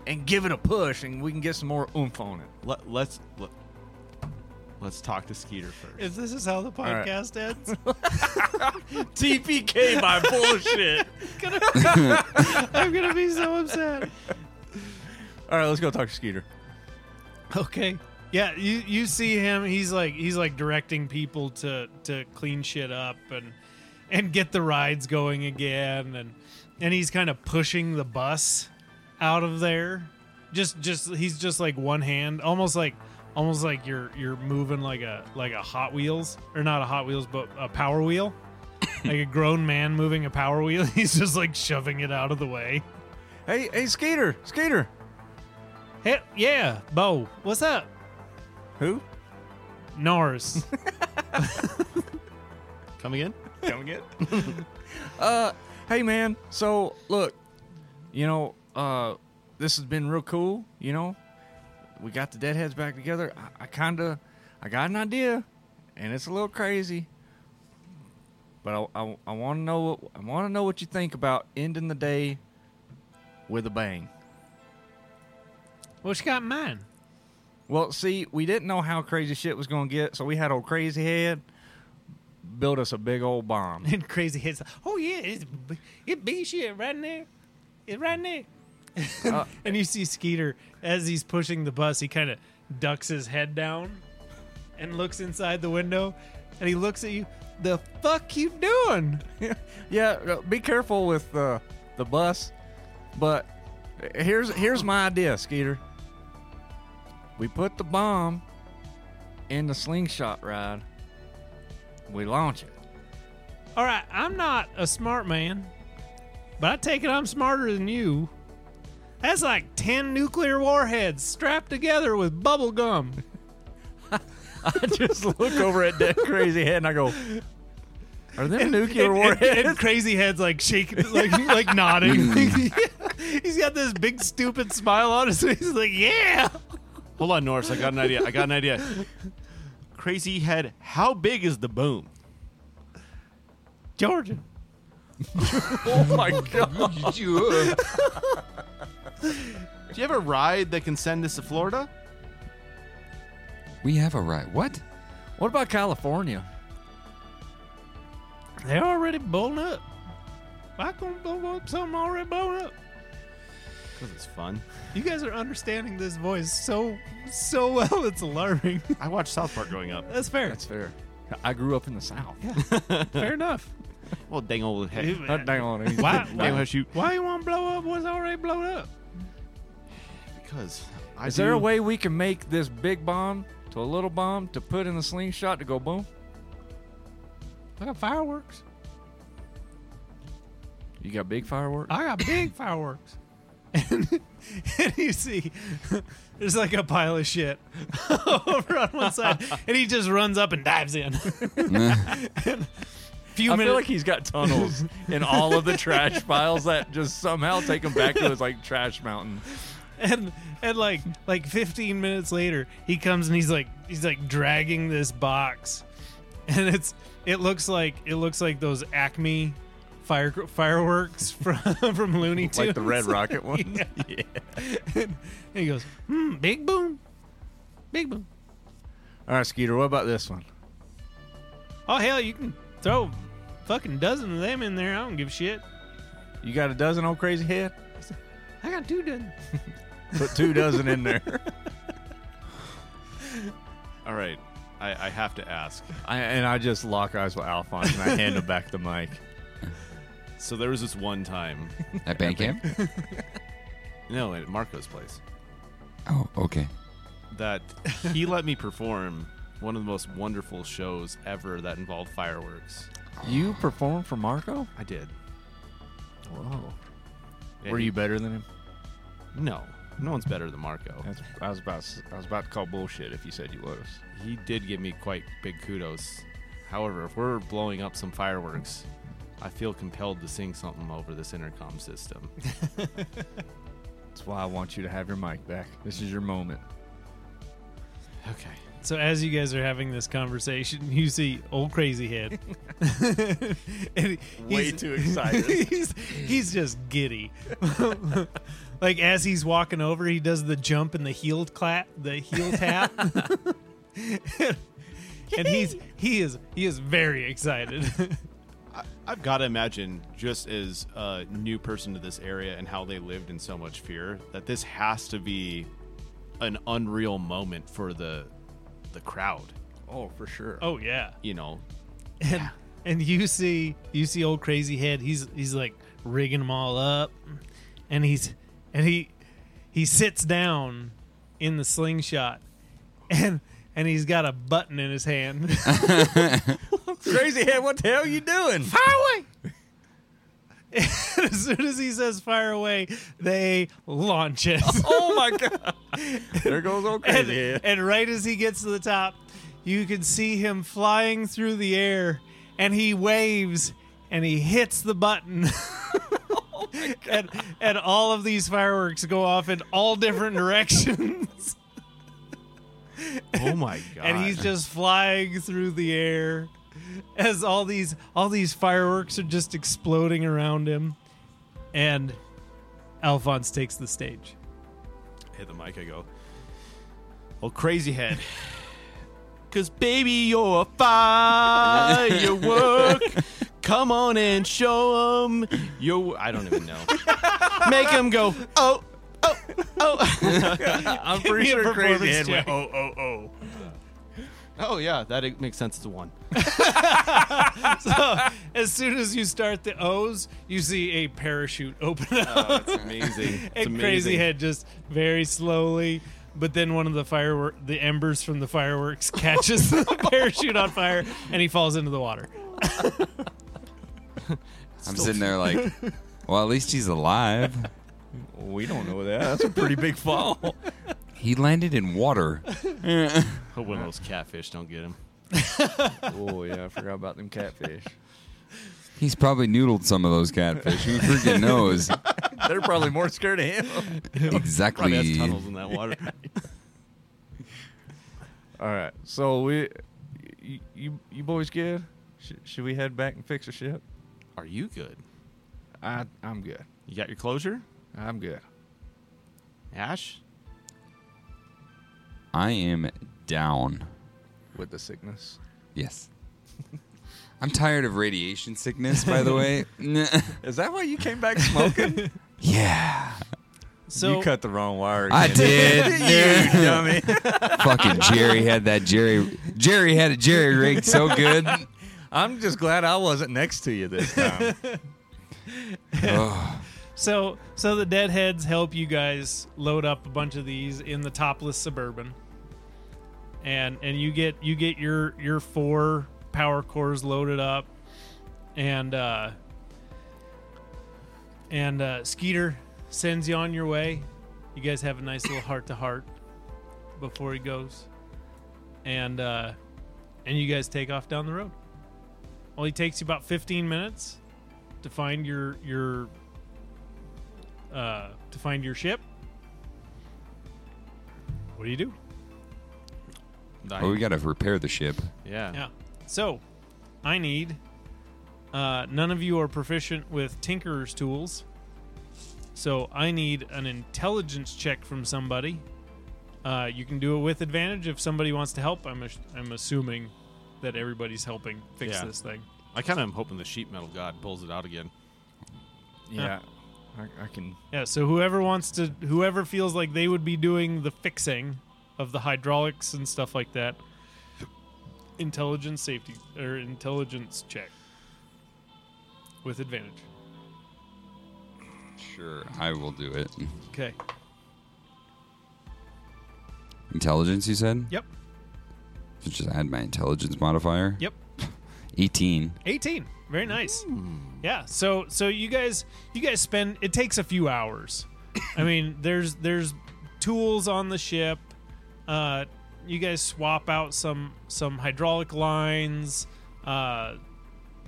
B: and give it a push, and we can get some more oomph on it.
D: Let, let's let, let's talk to Skeeter first.
A: If this is how the
B: right.
A: podcast ends,
B: TPK by bullshit.
A: I'm gonna be so upset.
B: All right, let's go talk to Skeeter.
A: Okay. Yeah, you you see him. He's like he's like directing people to to clean shit up and and get the rides going again, and and he's kind of pushing the bus out of there. Just just he's just like one hand, almost like almost like you're you're moving like a like a Hot Wheels or not a Hot Wheels but a Power Wheel, like a grown man moving a Power Wheel. He's just like shoving it out of the way.
B: Hey, hey, Skeeter, Skeeter.
A: Hey, yeah, Bo, what's up?
B: Who?
A: Norris.
D: Come again?
B: Come get. uh, hey man. So look, you know, uh, this has been real cool. You know, we got the deadheads back together. I, I kind of, I got an idea, and it's a little crazy. But I, I, I want to know what I want to know what you think about ending the day with a bang.
A: What you got in mind?
B: Well, see, we didn't know how crazy shit was gonna get, so we had old crazy head build us a big old bomb.
A: And crazy heads. Oh yeah, it's, it be shit right in there. It's right in there.
B: Uh,
A: And you see Skeeter as he's pushing the bus. He kind of ducks his head down and looks inside the window, and he looks at you. The fuck you doing?
B: yeah, uh, be careful with the the bus. But here's here's my idea, Skeeter. We put the bomb in the slingshot ride. We launch it.
A: All right, I'm not a smart man, but I take it I'm smarter than you. That's like ten nuclear warheads strapped together with bubble gum.
B: I just look over at that crazy head and I go, "Are them nuclear
A: and, and-
B: warheads?"
A: and crazy heads like shaking, like like nodding. he's got this big stupid smile on his face. He's like, yeah.
D: Hold on, Norris. I got an idea. I got an idea. Crazy head. How big is the boom?
A: Georgia.
B: oh my god!
D: Do you have a ride that can send us to Florida?
C: we have a right. What?
B: What about California?
A: They're already blown up. Why can't blow up something already blown up?
D: Because it's fun.
A: You guys are understanding this voice so so well. It's alarming.
D: I watched South Park growing up.
A: That's fair.
B: That's fair. I grew up in the South.
A: fair enough.
D: Well, dang old head.
B: Uh, dang on, he's-
A: Why?
D: Dang
A: Why,
D: old shoot.
A: why you want to blow up what's already blown up?
D: Because I
B: Is there a
D: do-
B: way we can make this big bomb to a little bomb to put in the slingshot to go boom?
A: I got fireworks.
B: You got big fireworks?
A: I got big fireworks. And, and you see, there's like a pile of shit over on one side, and he just runs up and dives in. Few
B: I
A: minutes,
B: feel like he's got tunnels in all of the trash piles that just somehow take him back to his like trash mountain.
A: and and like like 15 minutes later, he comes and he's like he's like dragging this box, and it's it looks like it looks like those Acme fire fireworks from from Looney Tunes,
B: Rocket one.
A: Yeah. and he goes, hmm, big boom, big boom.
B: All right, Skeeter, what about this one?
A: Oh hell, you can throw a fucking dozen of them in there. I don't give a shit.
B: You got a dozen old crazy head?
A: I got two dozen.
B: Put two dozen in there.
D: All right. I, I have to ask.
B: I, and I just lock eyes with Alphonse and I hand him back the mic.
D: So there was this one time.
C: At bank camp?
D: No, at Marco's place.
C: Oh, okay.
D: that he let me perform one of the most wonderful shows ever that involved fireworks.
B: You perform for Marco?
D: I did.
B: Whoa.
D: And
B: Were
D: he-
B: you better than him?
D: No. No one's better than Marco.
E: That's, I was about s- I was about to call bullshit if you said you was.
D: He did give me quite big kudos. However, if we're blowing up some fireworks, I feel compelled to sing something over this intercom system.
E: That's why I want you to have your mic back. This is your moment.
D: Okay.
A: So as you guys are having this conversation, you see old crazy head. And
B: Way
A: he's-
B: too excited.
A: he's, he's just giddy. like as he's walking over, he does the jump and the heel clap, the heel tap. and he's he is he is very excited.
D: I've got to imagine, just as a new person to this area and how they lived in so much fear, that this has to be an unreal moment for the the crowd.
E: Oh, for sure.
A: oh yeah.
D: You know,
A: and and you see you see old crazy head he's he's like rigging them all up and he's and he he sits down in the slingshot and and he's got a button in his hand
B: Crazy head, what the hell you doing?
A: as soon as he says fire away they launch it
B: Oh my god. There goes old
A: and,
B: crazy head.
A: and right as he gets to the top you can see him flying through the air and he waves and he hits the button and and all of these fireworks go off in all different directions
D: oh my god!
A: and he's just flying through the air as all these all these fireworks are just exploding around him and alphonse takes the stage
D: hit the mic. I go, "Well, crazy head, cause baby you're a firework. Come on and show 'em them your. I don't even know. Make 'em go. Oh, oh, oh.
B: I'm pretty
A: Give me a
B: sure crazy
A: performance
B: head went,
A: check.
B: oh, oh, oh.
D: oh yeah, that makes sense to one.
A: So as soon as you start the O's, you see a parachute open up,
D: It's Oh, amazing. It's
A: and Crazy Head just very slowly. But then one of the firework, the embers from the fireworks, catches the parachute on fire, and he falls into the water.
C: I'm sitting there like, well, at least he's alive.
E: We don't know that.
B: That's a pretty big fall.
C: He landed in water.
D: Hope one of those catfish don't get him.
E: oh yeah, I forgot about them catfish.
C: He's probably noodled some of those catfish. Who freaking knows?
B: They're probably more scared of him.
D: Probably
C: Exactly.
D: has tunnels in that water.
E: All right, so we, you, you, you boys good? Sh- should we head back and fix the ship?
D: Are you good?
E: I, I'm good.
D: You got your closure,
E: I'm good.
D: Ash?
C: I am down.
E: With the sickness.
C: Yes. I'm tired of radiation sickness, by the way.
B: Is that why you came back smoking?
C: yeah.
A: So
B: you cut the wrong wire.
C: I
B: again.
C: did.
B: you dummy.
C: Fucking Jerry had that Jerry. Jerry had it Jerry rigged so good.
B: I'm just glad I wasn't next to you this time.
C: Ugh.
A: so so the deadheads help you guys load up a bunch of these in the topless suburban and and you get you get your your four power cores loaded up and uh and uh skeeter sends you on your way you guys have a nice little heart to heart before he goes and uh and you guys take off down the road only takes you about 15 minutes to find your your uh, to find your ship. What do you do?
C: Well, we got to repair the ship.
D: yeah.
A: Yeah. So, I need. Uh, none of you are proficient with tinkerer's tools, so I need an intelligence check from somebody. Uh, you can do it with advantage if somebody wants to help. I'm ass- I'm assuming that everybody's helping fix
D: Yeah.
A: this thing.
D: I kind of am hoping the sheet metal god pulls it out again.
E: Yeah, I, I can.
A: Yeah, so whoever wants to, whoever feels like they would be doing the fixing of the hydraulics and stuff like that, intelligence safety or intelligence check with advantage.
C: Sure, I will do it.
A: Okay.
C: Intelligence, you said?
A: Yep.
C: So Just add my intelligence modifier.
A: Yep.
C: 18.
A: 18. Very nice. Yeah. So so you guys you guys spend it takes a few hours. I mean, there's there's tools on the ship. Uh, you guys swap out some some hydraulic lines. Uh,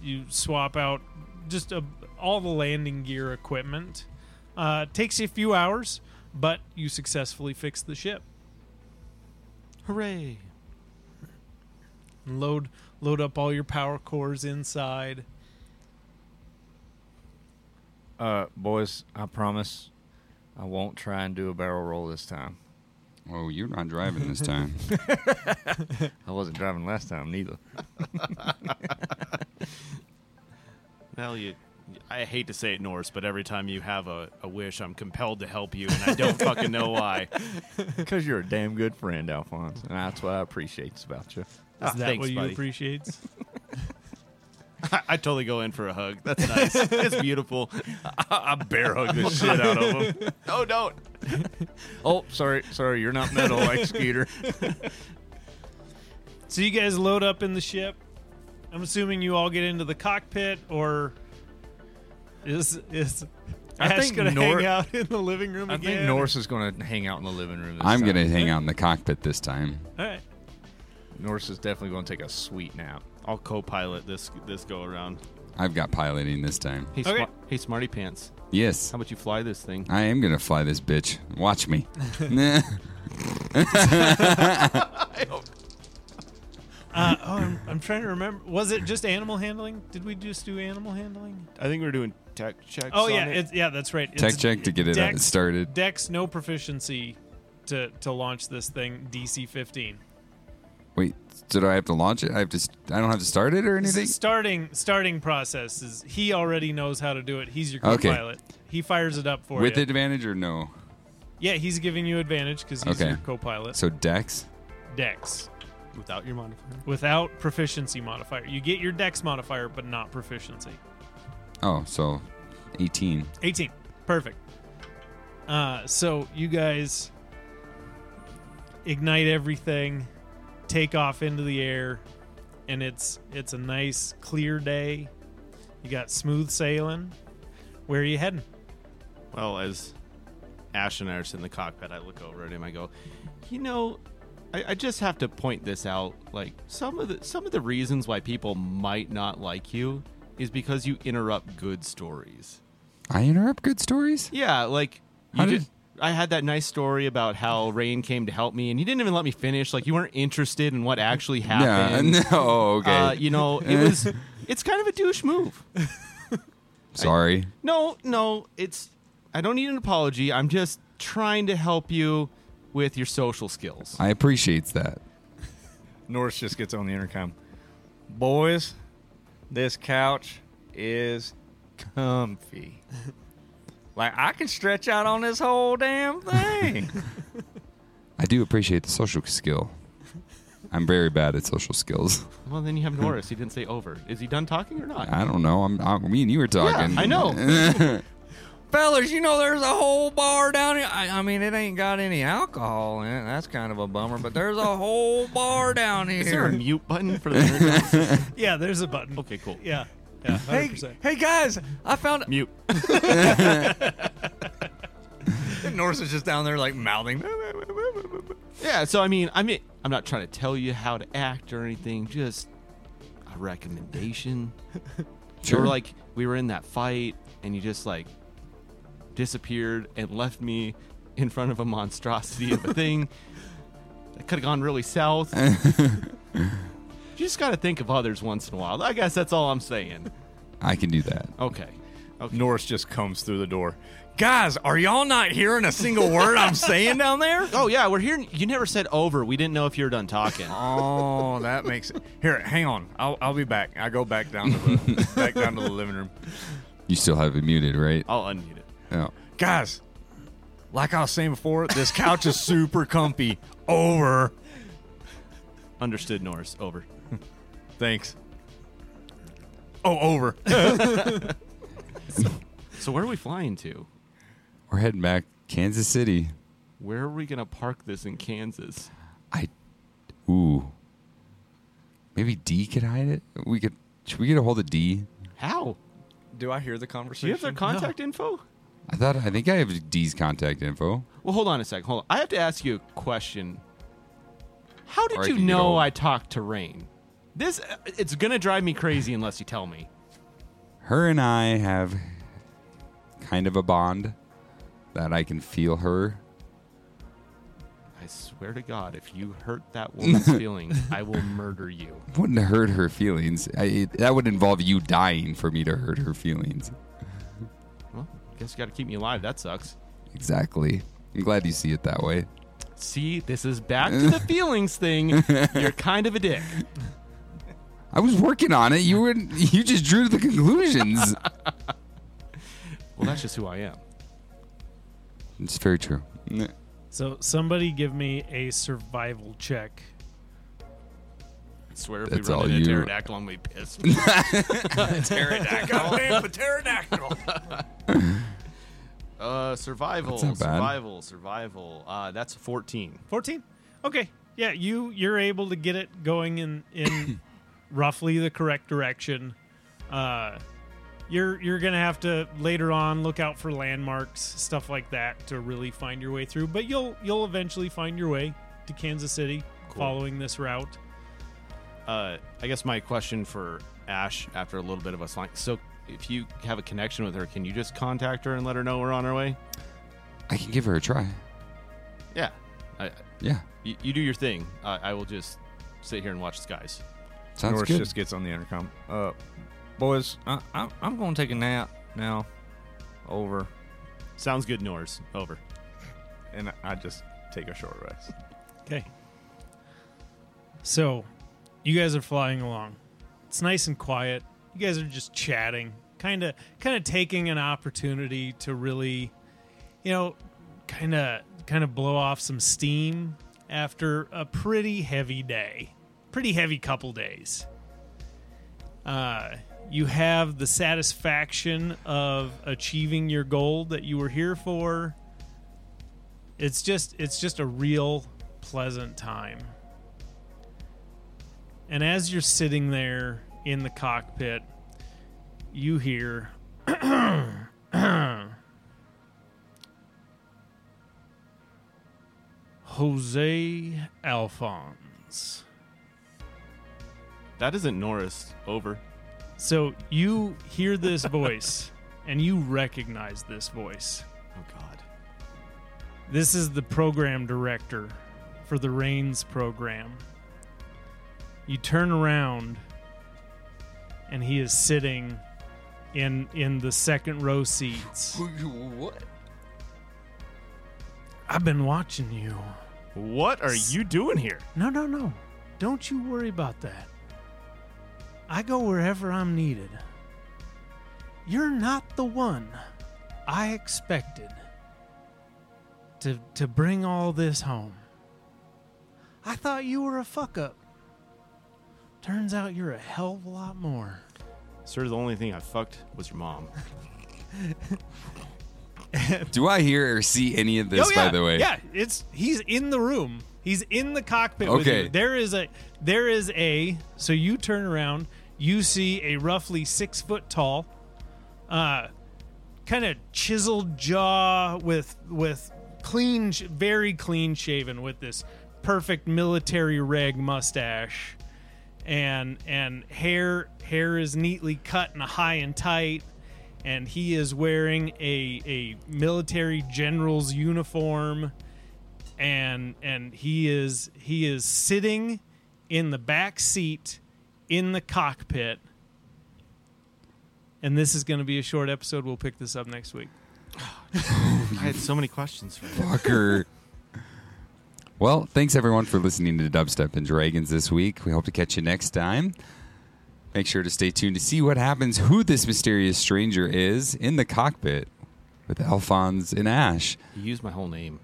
A: you swap out just a, all the landing gear equipment. Uh, takes you a few hours, but you successfully fix the ship. Hooray! Load load up all your power cores inside.
B: Uh, boys, I promise I won't try and do a barrel roll this time.
C: Oh, you're not driving this time.
B: I wasn't driving last time neither.
D: Well, you. I hate to say it, Norse, but every time you have a, a wish, I'm compelled to help you, and I don't fucking know why.
B: Because you're a damn good friend, Alphonse. And that's what I appreciate about you.
A: Is
D: Ah,
A: that
D: thanks,
A: what you
D: buddy.
A: appreciate?
D: I, I totally go in for a hug. That's nice. it's beautiful. I, I bear hug the shit out of him. No, don't.
B: Oh, sorry, sorry, you're not metal, Executor.
A: So you guys load up in the ship. I'm assuming you all get into the cockpit, or is is
B: I
A: Ash
B: think
A: gonna
B: Nor-
A: hang out in the living room
B: I
A: again?
B: think Norse is going to hang out in the living room. This
C: I'm
B: time.
C: going to hang out in the cockpit this time.
A: All right.
B: Norse is definitely going to take a sweet nap.
D: I'll co-pilot this this go around.
C: I've got piloting this time.
D: Hey,
A: Okay.
D: smar- hey, smarty pants.
C: Yes,
D: How about you fly this thing?
C: I am going to fly this bitch. Watch me. Nah.
A: Uh, oh, I'm, I'm trying to remember. Was it just animal handling? Did we just do animal handling?
D: I think we're doing tech checks.
A: Oh yeah, it's, yeah, that's right.
C: Tech
A: It's
C: check to get it uh,
A: Dex-
C: started.
A: Dex no proficiency to to launch this thing DC 15.
C: Wait, so do I have to launch it? I have to. St- I don't have to start it or anything.
A: Starting starting process is he already knows how to do it. He's your
C: Okay.
A: co-pilot. He fires it up for
C: With
A: you.
C: advantage or no?
A: Yeah, he's giving you advantage because he's
C: Okay.
A: your co-pilot.
C: So Dex.
A: Dex
D: without your modifier.
A: without proficiency modifier. You get your Dex modifier, but not proficiency.
C: Oh, so 18.
A: 18. Perfect. Uh, so you guys ignite everything, take off into the air, and it's it's a nice clear day. You got smooth sailing. Where are you heading?
D: Well, as Ash and I are sitting in the cockpit, I look over at him. I go, you know, I, I just have to point this out. Like some of the some of the reasons why people might not like you is because you interrupt good stories.
C: I interrupt good stories.
D: Yeah, like you
C: How
D: ju-
C: did-
D: I had that nice story about how Rain came to help me, and you didn't even let me finish. Like you weren't interested in what actually
C: No,
D: happened.
C: no. oh, Okay.
D: Uh, you know, it was. It's kind of a douche move.
C: Sorry.
D: No, no, it's. I don't need an apology. I'm just trying to help you with your social skills.
C: I appreciate that.
B: Norris just gets on the intercom. Boys, this couch is comfy. like I can stretch out on this whole damn thing.
C: I do appreciate the social skill. I'm very bad at social skills.
D: Well, then you have Norris. He didn't say over. Is he done talking or not?
C: I don't know. I'm, i me and you were talking.
D: I know.
B: Fellas, you know there's a whole bar down here. I, I mean, it ain't got any alcohol in it. That's kind of a bummer, but there's a whole bar down
D: Is there a
B: here.
D: mute button for the?
A: Yeah, there's a button.
D: okay, cool.
A: Yeah. Yeah. 100%.
B: Hey, hey guys, I found
D: Mute.
B: Norris is just down there like mouthing.
D: Yeah. So I mean, I mean, I'm not trying to tell you how to act or anything. Just a recommendation.
C: Sure.
D: Or like we were in that fight, and you just like disappeared and left me in front of a monstrosity of a thing that could have gone really south. you just got to think of others once in a while. I guess that's all I'm saying.
C: I can do that.
D: Okay. Okay.
B: Norris just comes through the door. Guys, are y'all not hearing a single word I'm saying down there?
D: Oh yeah, we're here. You never said over. We didn't know if you were done talking.
B: Oh, that makes it. Here, hang on. I'll, I'll be back. I go back down to the back down to the living room.
C: You still have it muted, right?
D: I'll unmute it.
C: Oh.
B: Guys, like I was saying before, this couch is super comfy. Over.
D: Understood, Norris. Over.
B: Thanks. Oh, over.
D: So where are we flying to?
C: We're heading back Kansas City.
D: Where are we gonna park this in Kansas?
C: I. Ooh. Maybe D could hide it. We could. Should we get a hold of D?
D: How?
B: Do I hear the
D: Do
B: conversation?
D: you have their contact info?
C: I thought I think I have D's contact info.
D: Well, hold on a second. Hold on. I have to ask you a question. How did
C: Or I
D: you
C: can get
D: know
C: old.
D: I talked to Rain? This uh, it's gonna drive me crazy unless you tell me.
C: Her and I have kind of a bond that I can feel her.
D: I swear to God, if you hurt that woman's feelings, I will murder you.
C: Wouldn't hurt her feelings. I, it, that would involve you dying for me to hurt her feelings.
D: Well, guess you got to keep me alive. That sucks.
C: Exactly. I'm glad you see it that way.
D: See, this is back to the feelings thing. You're kind of a dick.
C: I was working on it. You were you just drew the conclusions.
D: Well, that's just who I am.
C: it's very true.
A: So somebody give me a survival check.
D: I swear if
C: That's
D: we
C: all
D: run into
C: you-
D: a pterodactyl, I'm gonna be pissed.
B: Goddamn the Oh, pterodactyl.
D: uh, survival,
C: That's not bad.
D: survival, survival. Uh, that's 14.
A: 14 okay yeah you you're able to get it going in in roughly the correct direction uh you're you're gonna have to later on look out for landmarks stuff like that to really find your way through but you'll you'll eventually find your way to kansas city following this route
D: Uh, I guess my question for Ash after a little bit of us line. So, if you have a connection with her, can you just contact her and let her know we're on our way?
C: I can give her a try.
D: Yeah. I,
C: Yeah.
D: you, you do your thing. Uh, I will just sit here and watch the skies.
C: Sounds
B: Norris
C: good.
B: just gets on the intercom.
E: Uh, boys, I, I, I'm going to take a nap now. Over.
D: Sounds good, Norse. Over.
B: And I just take a short rest.
A: okay so you guys are flying along it's nice and quiet you guys are just chatting kind of kind of taking an opportunity to really you know, kind of kind of blow off some steam after a pretty heavy day, pretty heavy couple days. Uh, you have the satisfaction of achieving your goal that you were here for. It's just it's just a real pleasant time. And as you're sitting there in the cockpit, you hear Jose Alphonse.
D: That isn't Norris. Over.
A: So you hear this voice and you recognize this voice.
D: Oh, God.
A: This is the program director for the Rains program. You turn around and he is sitting in in the second row seats.
C: what?
A: I've been watching you.
D: What are you doing here?
A: No, no, no. Don't you worry about that. I go wherever I'm needed. You're not the one I expected to to bring all this home. I thought you were a fuck up. Turns out you're a hell of a lot more.
D: Sir, the only thing I fucked was your mom.
C: Do I hear or see any of this?
A: oh, yeah.
C: By the way,
A: Yeah, it's he's in the room. He's in the cockpit with
C: Okay.
A: you. There is a there is a so you turn around, you see a roughly six foot tall, uh kind of chiseled jaw with with clean sh- very clean shaven with this perfect military reg mustache and and hair hair is neatly cut and high and tight and he is wearing a a military general's uniform and and he is he is sitting in the back seat in the cockpit and this is going to be a short episode we'll pick this up next week
D: I had so many questions for you.
C: Fucker. well, thanks everyone for listening to Dubstep and Dragons this week. We hope to catch you next time. Make sure to stay tuned to see what happens, who this mysterious stranger is in the cockpit with Alphonse and Ash.
D: You used my whole name.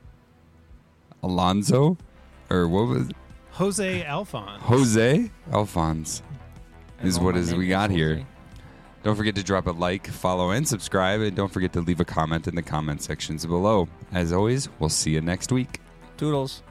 C: Alonzo? Or what was
A: jose alphonse
C: Jose? Alphonse is
E: Everyone,
C: what
E: my
C: is
E: name
C: we
E: is
C: got
E: Jose.
C: here. Don't forget to drop a like, follow, and subscribe, and don't forget to leave a comment in the comment sections below. As always, we'll see you next week.
E: Toodles.